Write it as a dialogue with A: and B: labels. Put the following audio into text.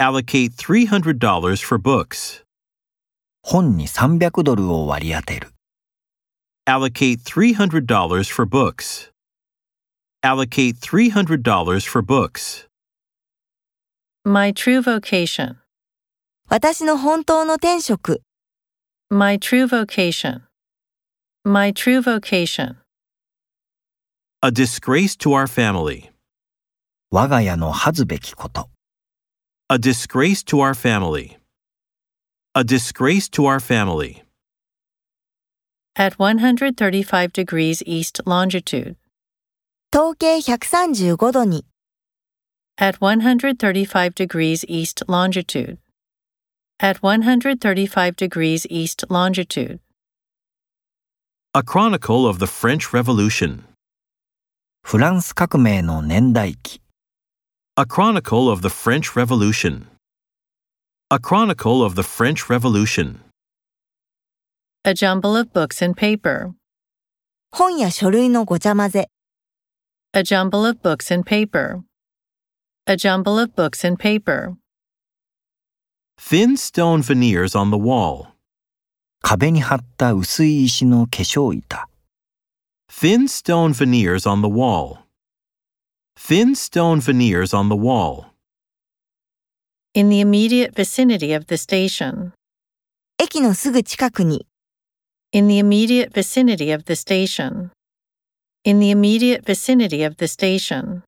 A: Allocate $300 for books.
B: 本に300ドルを割り当てる。
A: Allocate $300 for books. Allocate $300 for books.
C: My true vocation.
D: 私の本当の天職。
C: My true vocation. My true vocation.
A: A disgrace to our family.
B: 我が家の恥ずべきこと。
A: A disgrace to our family. A disgrace to our family.
C: At 135 degrees east longitude.
D: 統計135度に。
C: At 135 degrees east longitude. At 135 degrees east longitude.
A: A chronicle of the French Revolution.
B: フランス革命の年代記。
A: A chronicle of the French Revolution. A chronicle of the French Revolution.
C: A jumble of books and paper.
D: 本や書類のごちゃ混ぜ。
C: A jumble of books and paper. A jumble of books and paper.
A: Thin stone veneers on the wall.
B: 壁に貼った薄い石の化粧板。
A: Thin stone veneers on the wall. Thin stone veneers on the wall.
C: In the immediate vicinity of the station.
D: 駅のすぐ近くに。
C: In the immediate vicinity of the station. In the immediate vicinity of the station.